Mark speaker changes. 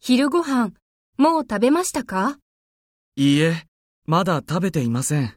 Speaker 1: 昼ご飯、もう食べましたか
Speaker 2: いいえ、まだ食べていません。